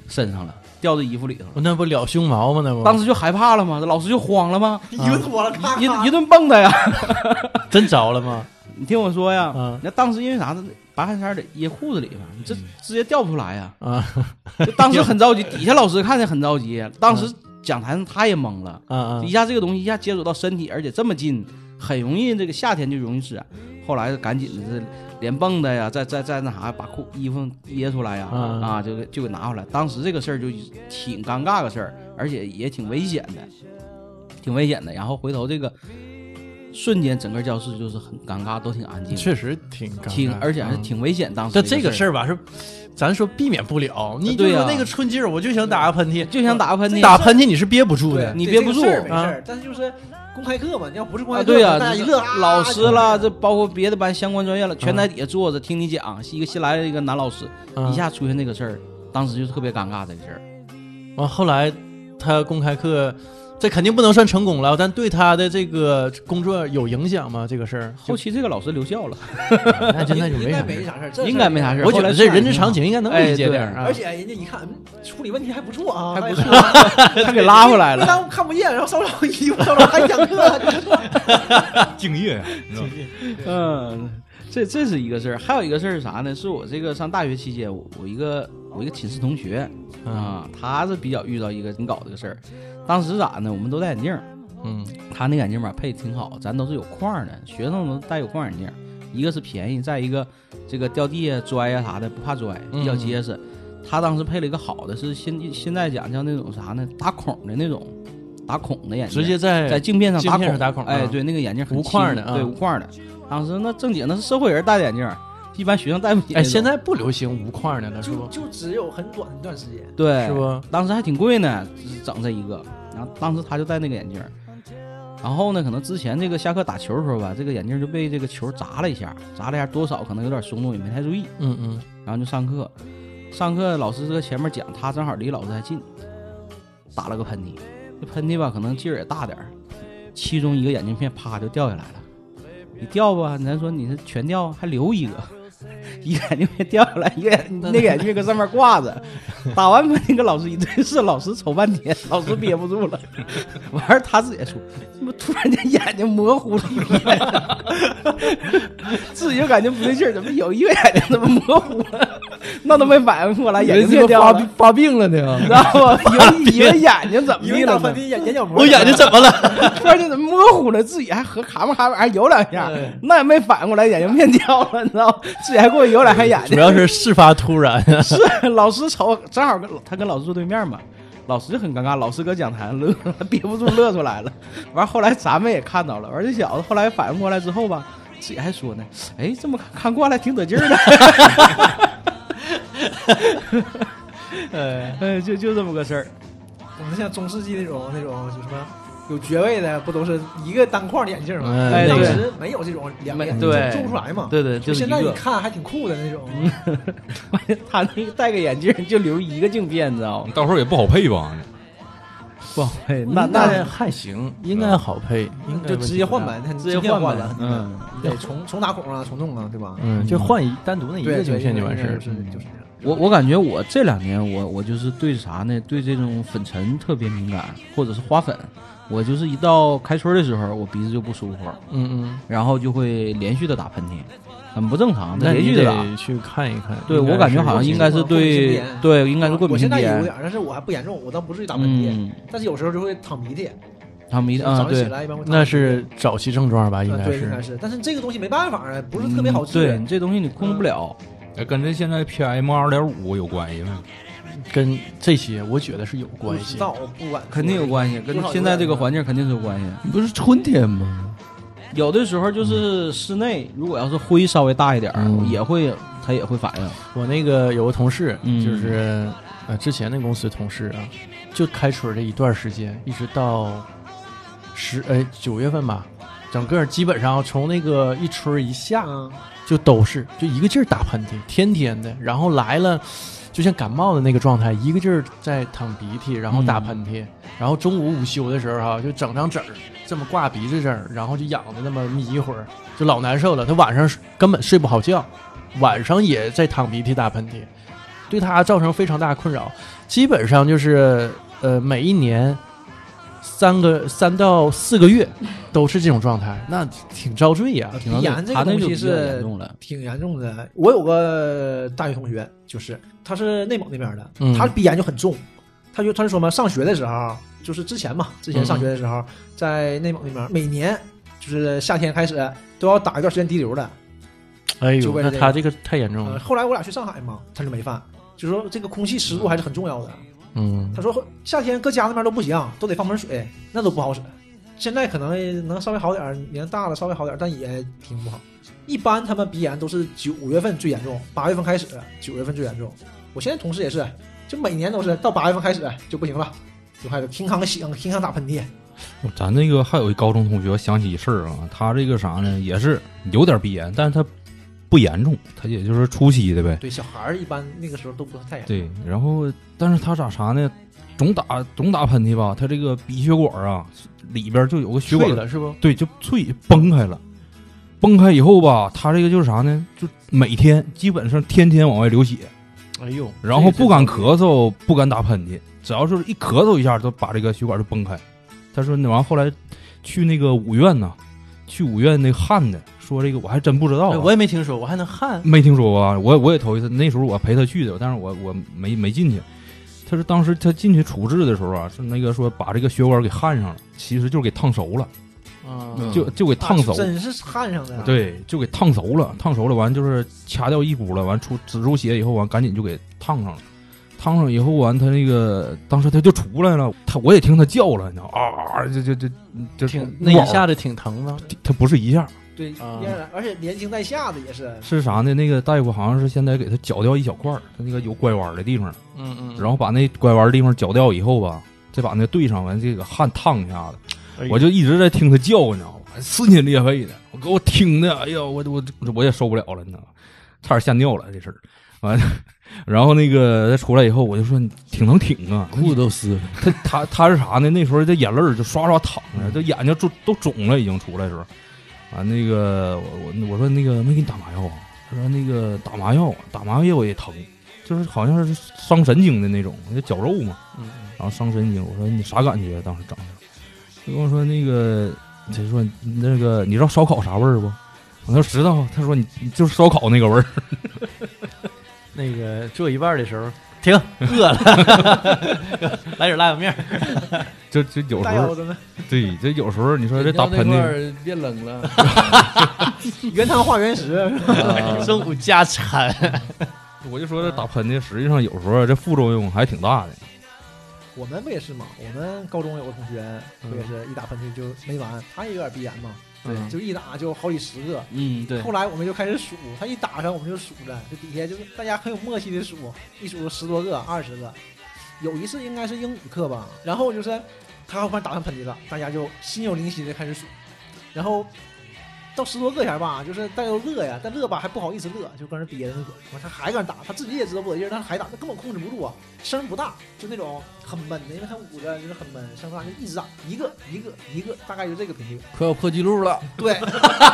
S6: 身上了，掉这衣服里头了。
S2: 嗯，那不了胸毛吗？那不啊
S6: 当时就害怕了嘛，这老师就慌 了嘛，
S4: 一顿火了，咔
S6: 一
S4: 咔
S6: 一顿蹦跶呀。
S2: 真着了吗？
S6: 你听我说呀，
S2: 嗯
S6: 那当时因为啥呢？白汗衫儿得掖裤子里边儿，你这直接掉不出来呀。
S2: 啊
S6: 就当时很着急，底下老师看着很着急，当时讲台上他也懵了，
S2: 啊啊
S6: 一！下这个东西一下接触到身体，而且这么近，很容易这个夏天就容易自燃。后来赶紧的这连蹦的呀，再再再那啥，把裤衣服掖出来呀，
S2: 嗯
S6: 啊，就给就给拿回来。当时这个事儿就挺尴尬个事儿，而且也挺危险的，挺危险的。然后回头这个瞬间，整个教室就是很尴尬，都挺安静的。
S2: 确实挺尴尬
S6: 挺，而且还是
S2: 嗯
S6: 挺危险。当时
S2: 但这个事
S6: 儿，
S2: 儿吧，是咱说避免不了。你就
S6: 对呀
S2: 说那个春劲儿，我就想打个喷嚏，
S6: 就想打个喷嚏，
S2: 打喷嚏你是憋不住
S4: 对
S2: 的，。
S6: 你
S4: 对
S6: 憋
S4: 这
S6: 不
S4: 个
S6: 住
S4: 事儿没事
S2: 啊
S4: 儿，但是就是公开课嘛，你要不是公
S6: 啊，
S4: 开课，
S6: 对呀、
S4: 大家一
S6: 这
S4: 乐啊，
S6: 老师啦，这包括别的班相关专业了，全在底下坐着听你讲。一个新来的一个男老师，
S2: 嗯
S6: 一下出现这个事儿，当时就特别尴尬这个事儿。
S2: 完后来他公开课，这肯定不能算成功了，但对他的这个工作有影响吗？这个事儿，
S6: 后期这个老师留校了，
S2: 那就那就
S4: 应
S2: 没
S4: 该
S2: 啥。
S4: 没啥事儿，这
S6: 应该没啥事儿
S2: 我觉
S6: 后
S2: 得
S6: 来
S2: 这
S6: 算
S2: 人
S6: 是
S2: 之
S6: 挺
S2: 常
S6: 好
S2: 情，应该能
S6: 哎
S2: 理解
S6: 对
S2: 点儿啊
S4: 而。且人家一看，嗯，处理问题还不错啊，
S6: 还不
S4: 错，
S6: 他给 拉回 来
S4: 不
S6: 了。
S4: 但看不见，然后烧上衣服，烧上还讲 课，啊
S2: 嗯
S5: 敬业，啊 你知道吗
S6: 嗯，这这是一个事儿，还有一个事儿是啥呢？是我这个上大学期间，我我一个我一个寝室同学
S2: 嗯
S6: 啊，他是比较遇到一个挺搞这个事儿。当时咋呢？我们都戴眼镜儿，
S2: 嗯
S6: 他那眼镜吧配的挺好，咱都是有框儿的，学生都戴有框眼镜儿，一个是便宜，再一个这个掉地下摔呀、啥的不怕摔，
S2: 嗯
S6: 比较结实。他当时配了一个好的，是现现在讲叫那种啥呢，打孔的那种，打孔的眼镜，
S2: 直接在
S6: 哎
S2: 哎
S6: 在镜片上
S2: 镜
S6: 打
S2: 片上
S6: 孔，
S2: 打孔
S6: 哎，
S2: 啊
S6: 对，那个眼镜很
S2: 无框儿的
S6: 轻
S2: 啊
S6: 对无框儿的。当时那正经那是社会人戴的眼镜儿，一般学生戴不起那种。
S2: 哎，现在不流行无框的了，是
S4: 就
S2: 不？
S4: 就只有很短的一段时间。
S6: 对
S2: 是不？
S6: 当时还挺贵呢，只整这一个。然后当时他就戴那个眼镜儿，然后呢，可能之前这个下课打球的时候吧，这个眼镜就被这个球砸了一下，砸了一下多少可能有点松动，也没太注意。
S2: 嗯嗯
S6: 然后就上课，上课老师搁前面讲，他正好离老师还近，打了个喷嚏，这喷嚏吧可能劲儿也大点儿，其中一个眼镜片啪就掉下来了。你掉吧，咱说你是全掉，还留一个，一个眼镜片掉下来，一个眼那个眼镜搁上面挂着，打完喷嚏跟老师一对视，老师瞅半天，老师憋不住了。 完事儿他自己也说，怎么突然间眼睛模糊了一片， 自己就感觉不对劲儿，怎么有一个眼睛怎么模糊了？那都没反应过来，眼睛
S3: 这
S6: 裂掉
S3: 发
S6: 了，
S3: 发病了呢
S6: 你知，道吗？有一个眼睛怎么
S4: 因为
S6: 地
S4: 打
S6: 了
S4: 喷
S6: 呢？哦
S4: 嚏眼眼角膜，
S2: 我眼睛怎么了？
S6: 突然间怎么模糊了，自己还和卡巴卡巴还游两下，那也没反应过来，眼睛变焦了，你知道吗？自己还给我游两下眼睛
S2: 主。要是事发突然，
S6: 是老师瞅，正好跟他跟老师坐对面嘛，老师就很尴尬，老师搁讲台上乐， 憋不住乐出来了。完后来咱们也看到了，完这小子后来反应过来之后吧，自己还说呢，哎，这么看看过来挺得劲儿的。 呃、哎，就就这么个事儿，
S4: 我们像中世纪那种那种就什么有爵位的，不都是一个单框的眼镜吗？
S2: 嗯
S6: 哎
S4: 当
S6: 对
S4: 时没有这种两个眼镜
S6: 对
S4: 做不出来嘛。
S6: 对对，就
S4: 现在你看还挺酷的那种，
S6: 嗯 他那个戴个眼镜儿就留一个镜片，你知道吗？
S5: 到时候也不好配吧？
S2: 不，
S6: 哎，
S2: 那
S6: 那
S2: 那
S6: 那
S2: 还行，应该好配，应该
S4: 就直接换
S2: 呗。
S4: 呗，你看
S6: 直接
S4: 镜片
S6: 换
S4: 换
S6: 呗
S4: 了，
S2: 嗯，
S4: 对，重重打孔啊，重弄啊，对吧？
S2: 嗯，就换一单独那一
S4: 对，
S2: 个
S4: 对
S2: 镜片就完
S4: 对
S2: 事儿
S4: 对。对就是这样。
S6: 我我感觉我这两年我我就是对啥呢？对这种粉尘特别敏感，或者是花粉。我就是一到开春的时候，我鼻子就不舒服，
S2: 嗯
S6: 然后就会连续的打喷嚏，很不
S2: 嗯
S6: 正常，，
S2: 那
S6: 连
S2: 你
S6: 续的打。
S2: 得去看一看。
S6: 对
S2: 应该
S6: 我感觉
S2: 是
S6: 好像
S2: 有
S6: 应该是
S4: 过敏性
S6: 对
S4: 鼻炎
S6: 对，应该是过敏
S4: 我
S6: 性
S4: 现在
S6: 鼻
S4: 有
S6: 炎。
S4: 点儿，但是我还不严重，我倒不至于打喷嚏，
S6: 嗯，
S4: 但是有时候就会淌鼻涕。
S6: 他们一
S4: 早
S6: 啊
S4: 上起
S6: 对，
S4: 来一般会淌鼻涕。
S2: 那是早期症状吧，应
S4: 呃
S2: 该
S4: 对，应
S2: 是
S4: 该。是，但是这个东西没办法啊，不是特别好嗯
S6: 嗯
S4: 治。
S6: 对你这东西你控制不了，
S5: 哎，跟这现在 PM 二点五有关系吗？
S2: 跟这些我觉得是有
S4: 不
S2: 关
S4: 知
S2: 系。
S4: 道，我不管，
S6: 肯定有关系，跟
S4: 多少有嗯
S6: 现在这个
S4: 点
S6: 环境肯定是有关系。
S3: 你不是春天吗？
S6: 有的时候就是室内，如果要是灰稍微大一点儿，
S2: 嗯
S6: 也会它也会反应。
S2: 我那个有个同事，
S6: 嗯
S2: 就是呃之前那公司同事啊，就开春儿这一段时间，一直到十呃九月份吧，整个基本上从那个一春儿一下
S4: 嗯，
S2: 就都是就一个劲儿打喷嚏，天天的，然后来了。就像感冒的那个状态，一个劲儿在淌鼻涕，然后打喷嚏，然后中午午休的时候哈、就整张纸儿这么挂鼻子这儿，然后就痒的那么眯一会儿，就老难受了。他晚上根本睡不好觉，晚上也在淌鼻涕、打喷嚏，对他造成非常大困扰。基本上就是呃，每一年三个三到四个月都是这种状态，那挺遭罪呀、
S4: 鼻炎这
S6: 他
S4: 个
S6: 那
S4: 东
S6: 就
S4: 西
S6: 比较啊严
S4: 是
S6: 重了。
S4: 挺严重的。我有个大学同学，就是他是内蒙那边的，
S2: 嗯
S4: 他鼻炎就很重。他就他就说嘛，上学的时候，就是之前嘛，之前上学的时候，在内蒙那边，每年就是夏天开始都要打一段时间滴流的。
S2: 哎
S4: 就
S2: 呦，
S4: 为了
S2: 那
S4: 这个
S2: 他这个太严重
S4: 呃，
S2: 了。
S4: 后来我俩去上海嘛，他就没犯。就说这个空气湿度还是很重要的。
S2: 嗯
S4: 他说夏天搁家那边都不行，都得放盆水，那都不好使。现在可能能稍微好点儿，年大了稍微好点儿，但也挺不好。一般他们鼻炎都是九月份最严重，八月份开始，九月份最严重。我现在同事也是，就每年都是到八月份开始就不行了，就开始经常醒，经常打喷嚏。
S5: 咱那个还有一高中同学，我想起一事儿啊，他这个啥呢，也是有点鼻炎，但是他不严重，他也就是初期的呗。
S4: 对，小孩儿一般那个时候都不太严重。
S5: 对，然后但是他咋啥呢？总打总打喷嚏吧，他这个鼻血管啊里边就有个血
S2: 退
S5: 管，
S2: 了是不？
S5: 对，就脆崩开了。崩开以后吧，他这个就是啥呢？就每天基本上天天往外流血，
S2: 哎呦，
S5: 然后不敢
S2: 嗽。
S5: 咳嗽，不敢打喷嚏，只要是一咳嗽一下，都把这个血管就崩开。他说那完后来去那个五院呐，去五院那焊的，说这个我还真不知道啊、
S2: 哎我也没听说，我还能汗。
S5: 没听说过啊，我我也头一次，那时候我陪他去的，但是我我没没进去。他说当时他进去处置的时候啊，是那个说把这个血管给焊上了，其实就是给烫熟了，
S2: 嗯
S5: 就就给烫熟了。
S4: 啊真是焊上的、，啊
S5: 对，就给烫熟了，烫熟了，完就是掐掉一股了，完出止住血以后，完赶紧就给烫上了，烫上以后，完他那个当时他就出来了，他我也听他叫了，你知道啊，这这这这
S2: 挺那一下子挺疼吗？
S5: 他不是一下，
S4: 对，
S2: 啊
S4: 依然而且连惊带吓的也是。
S5: 是啥呢？那个大夫好像是现在给他绞掉一小块儿，他那个有拐弯的地方，
S2: 嗯嗯
S5: 然后把那拐弯的地方绞掉以后吧，再把那对上，完这个汗烫一下子。
S2: 哎呦
S5: 我就一直在听他叫，你知道吗？撕心裂肺的，我给我听的，哎呀，我我我也受不了了，你知道吗？差点吓尿了这事儿。完了，然后那个他出来以后，我就说你挺能挺啊。
S3: 裤子都湿了，
S5: 他他他是啥呢？那时候这眼泪儿就刷刷淌着，这眼睛都都肿了，已经出来的时候。啊，那啊个我我我说那个没给你打麻药啊？他说那个打麻药，打麻药也疼。就是好像是伤神经的那种，就绞肉嘛，
S2: 嗯
S5: 然后伤神经。我说你啥感觉？啊当时长得，他跟我说那个，他说你那个你知道烧烤啥味儿不？我说知道。啊他说你你就是烧烤那个味儿。
S2: 那个做一半的时候停，饿了，来点辣椒面儿。
S5: 就就有时
S4: 大腰
S5: 候，
S4: 子呢？
S5: 对，就有时候你说这
S7: 人
S5: 打
S7: 家那
S5: 喷
S7: 块
S5: 嚏，
S7: 儿变冷了，
S4: 原汤化原食，
S2: 政府家产，
S5: 我就说这打喷嚏，实际上有时候这副作用还挺大的。
S4: 我们不也是嘛？我们高中有个同学不也是一打喷嚏就没完，他也有点鼻炎嘛，
S6: 对
S4: 就一打就好几十个。
S6: 嗯，对，
S4: 后来我们就开始数，他一打上我们就数着，就底下就是大家很有默契的数，一数十多个、二十个。有一次应该是英语课吧，然后就是他忽然打上喷嚏了，大家就心有灵犀的开始数，然后到十多个前吧，就是大家都乐呀，但乐吧还不好意思乐，就搁那憋着那种。完他还搁那打，他自己也知道不得劲儿，但是还打，他根本控制不住啊，声儿不大，就那种很闷的，因为他捂着就是很闷，声儿不大，就一直打，一个一个一个，大概就这个频率。
S7: 快要破纪录了。
S4: 对，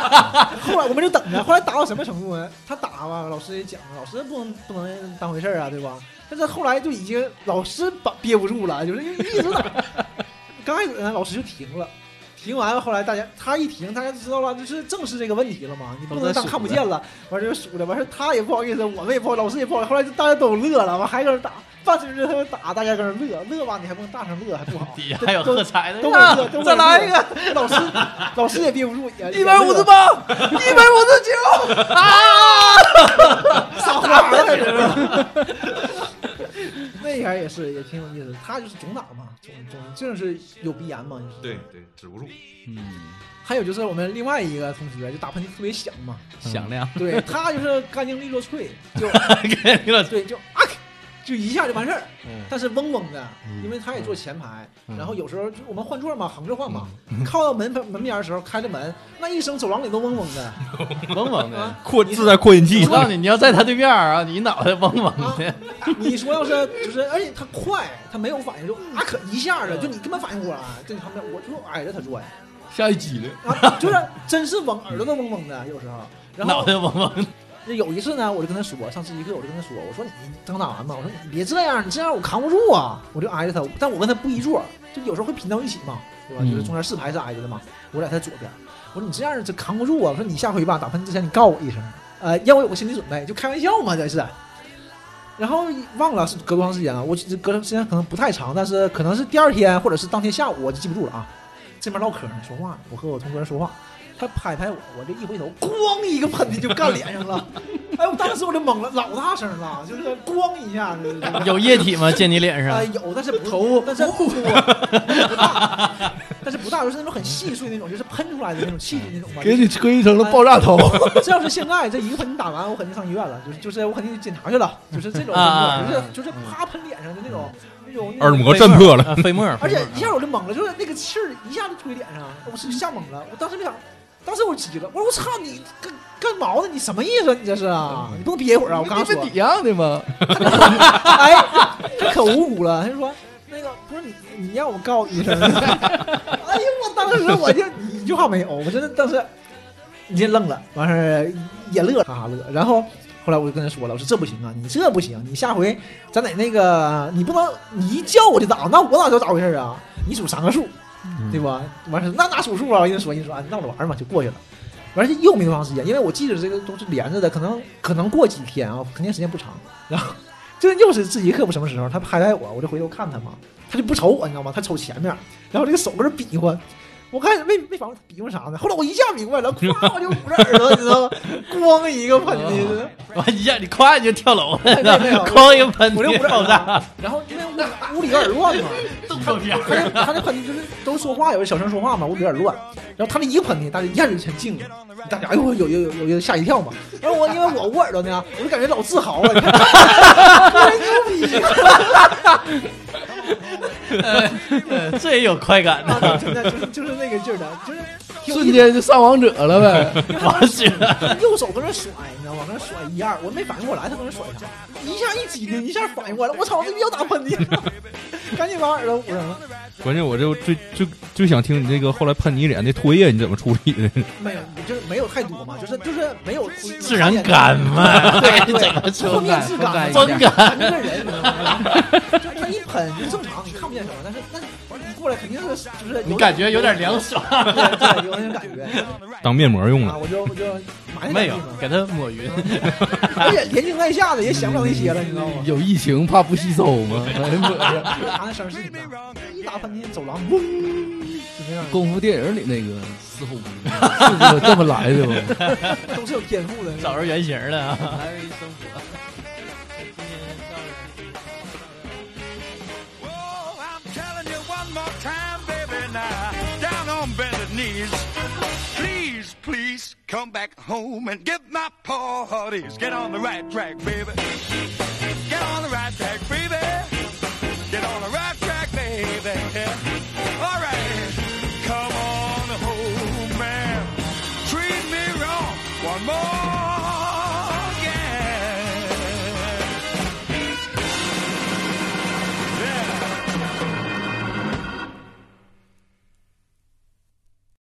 S4: 后来我们就等着，后来打到什么程度呢？他打吧，老师也讲，老师不能不能当回事儿啊，对吧？但是后来就已经老师把憋不住了，就是一直打。刚开始呢，老师就停了，停完后来大家他一停，大家就知道了，就是正视这个问题了嘛，你不能当看不见了。完事就数着，完事他也不好意思，我们也不好，老师也不好，后来就大家都乐了，完还搁那打，伴随着他们打，大家搁那乐乐吧，你还不能大声乐，还不 好。
S2: 底下还有喝彩的
S4: 都。我乐，都我乐。个，老师老师也憋不住，一百五十八，一百五十九，啊，傻瓜了，那一下也是也挺有意思，他就是总打嘛，总总就是有鼻炎嘛，就是。
S5: 对，止不住。
S6: 嗯，
S4: 还有就是我们另外一个同学就打喷嚏特别响嘛，
S6: 响亮，
S4: 对他就是干净利落脆，就
S2: 给老
S4: 对就啊，就一下就完事儿。
S2: 嗯
S4: 但是嗡嗡的，因为他也坐前排，然后有时候就我们换座嘛，横着换嘛，
S2: 嗯
S4: 靠到门门边的时候开着门，那一声走廊里都嗡嗡的
S2: 嗡嗡的。
S5: 扩自带扩音器
S2: 我告诉你，你要在他对面儿啊，你脑袋嗡嗡
S4: 啊
S2: 的。！
S4: 你说要是就是，而且他快，他没有反应，就
S2: 嗯
S4: 啊可一下子，就你根本反应不过来，就你旁边我就挨着他 坐呀，
S7: 下一集了，
S4: 啊，就是真是嗡耳朵都嗡嗡的，有时候。然后
S2: 脑袋嗡嗡的，
S4: 那有一次呢，我就跟他说，上自习课我就跟他说，我说你刚打完嘛，我说你别这样，你这样我扛不住啊，我就挨着他，但我跟他不一座，就有时候会拼到一起嘛，对吧？就是中间四排是挨着的嘛，我在他左边，我说你这样这扛不住啊，我说你下回吧，打喷嚏之前你告我一声，呃，让我有个心理准备，就开玩笑嘛，这是。然后忘了是隔多长时间了，我只隔时间可能不太长，但是可能是第二天或者是当天下午，我就记不住了啊。这边唠嗑呢，说话呢，我和我同桌说话，他拍拍我，我这一回头，咣一个喷嚏就干脸上了。 哎，我当时我就懵了，老大声了，就是咣一下子。
S2: 有液体吗？溅你脸
S4: 啊、
S2: 上？
S4: 有，但是不头，但是不不大，但是不大，就是那种很细碎那种，就是喷出来的那种气体那种吧。
S7: 给你吹成了爆炸头。
S4: 这要是现在这一个喷嚏打完，我肯定上医院了，就是就是我肯定检查去了，就是这种，
S2: 啊
S4: 就是就是啪喷脸上的那种那种那
S5: 耳
S4: 种。
S5: 膜震破了，
S2: 啊，飞沫儿。
S4: 而且
S2: 飞沫儿
S4: 一下我就懵了，就是那个气儿一下就吹脸上，我是吓懵了。我当时没想，当时我急了，我说我操你干干毛呢？你什么意思啊？你这是啊？你不能憋一会儿啊！我刚
S7: 你
S4: 说
S7: 不，一样的吗？
S4: 哎，他可无辜了，他就说那个不是你，你让我告你一声。哎 呀，哎我当时我就一句话没有，我真的当时你先愣了，完事儿也乐哈哈乐，然后。后来我就跟他说了，我说这不行啊，你这不行，你下回咱得那个，你不能你一叫我就打，那我哪知道咋回事儿啊？你数三个数，对吧？完事儿那哪数数啊？我跟你说，一说啊，闹着玩儿嘛，就过去了。完事儿又没多长时间，因为我记得这个都是连着的，可能可能过几天啊，肯定时间不长。然后这又是自习课不什么时候，他拍拍我，我就回头看他嘛，他就不瞅我，你知道吗？他瞅前面，然后这个手搁这比划。我开始没没反应他比划啥呢，后来我一下明白了，咵我就捂着耳朵，你知道吗？咣一个喷嚏，
S2: 完一下，哎你咵你就跳楼了，
S4: 没有没有
S2: 哐一个 喷
S4: 我就捂
S2: 嚏
S4: 着
S2: 爆
S4: 耳
S2: 炸，
S4: 朵，然后因为屋屋里有点乱嘛，
S2: 动作片儿。
S4: 他那他那喷嚏就是都说话，有的小声说话嘛，我有点乱。然后他那一个喷嚏，大家一下就全静了，大家哎呦有有有有有吓一跳嘛。然后我因为我捂耳朵呢，我就感觉老自豪啊了，你看，真牛逼！
S2: 呃这也有快感
S4: 啊对
S2: 呢，
S4: 真的就是就是那个劲儿的，就是挺有
S7: 瞬
S4: 意思
S7: 间就上王者了呗。
S2: 我去，
S4: 右手搁那甩，你知道吗？搁那甩一二，我没反应过来他搁那甩啥，一下一激灵，一下反应过来，我操，这逼要打喷嚏！ 赶紧把耳朵捂上了。
S5: 关键我就最最最想听你这个后来喷你一脸那唾液你怎么处理的？
S4: 没有，就是没有太多嘛，就是就是没有
S2: 自然感嘛，对， 怎么
S4: 后
S2: 说？
S4: 面质感，
S2: 风感，
S4: 看这个人，你知道吗？就他一喷就正常，你看不见什么，但是那你过来肯定是就是
S2: 你感觉有点凉爽。嗯
S4: 对，有点感觉
S5: 当面膜用
S4: 啊，
S5: 了，
S4: 我就我就埋 汰
S2: 没有
S4: 那地，方
S2: 给它抹匀。
S4: 而且连惊带吓的也想不了那些了，你知道吗？
S7: 有疫情怕不吸收 吗？ 哎呀
S4: 拿那声是你的，一打喷嚏，走廊嗡，就那样，
S7: 功夫电影里那个嘶吼， 是不是这么来的吗？
S4: 都是有天赋的。
S2: 找着原型了啊。
S8: Oh, I'm telling you one more time, baby, now, down on bended knees. Please, please, come back home and give my poor hearties. Get on the right track, baby. Get on the right track, baby. Get on the right track, baby. All right, come on home and treat me wrong one more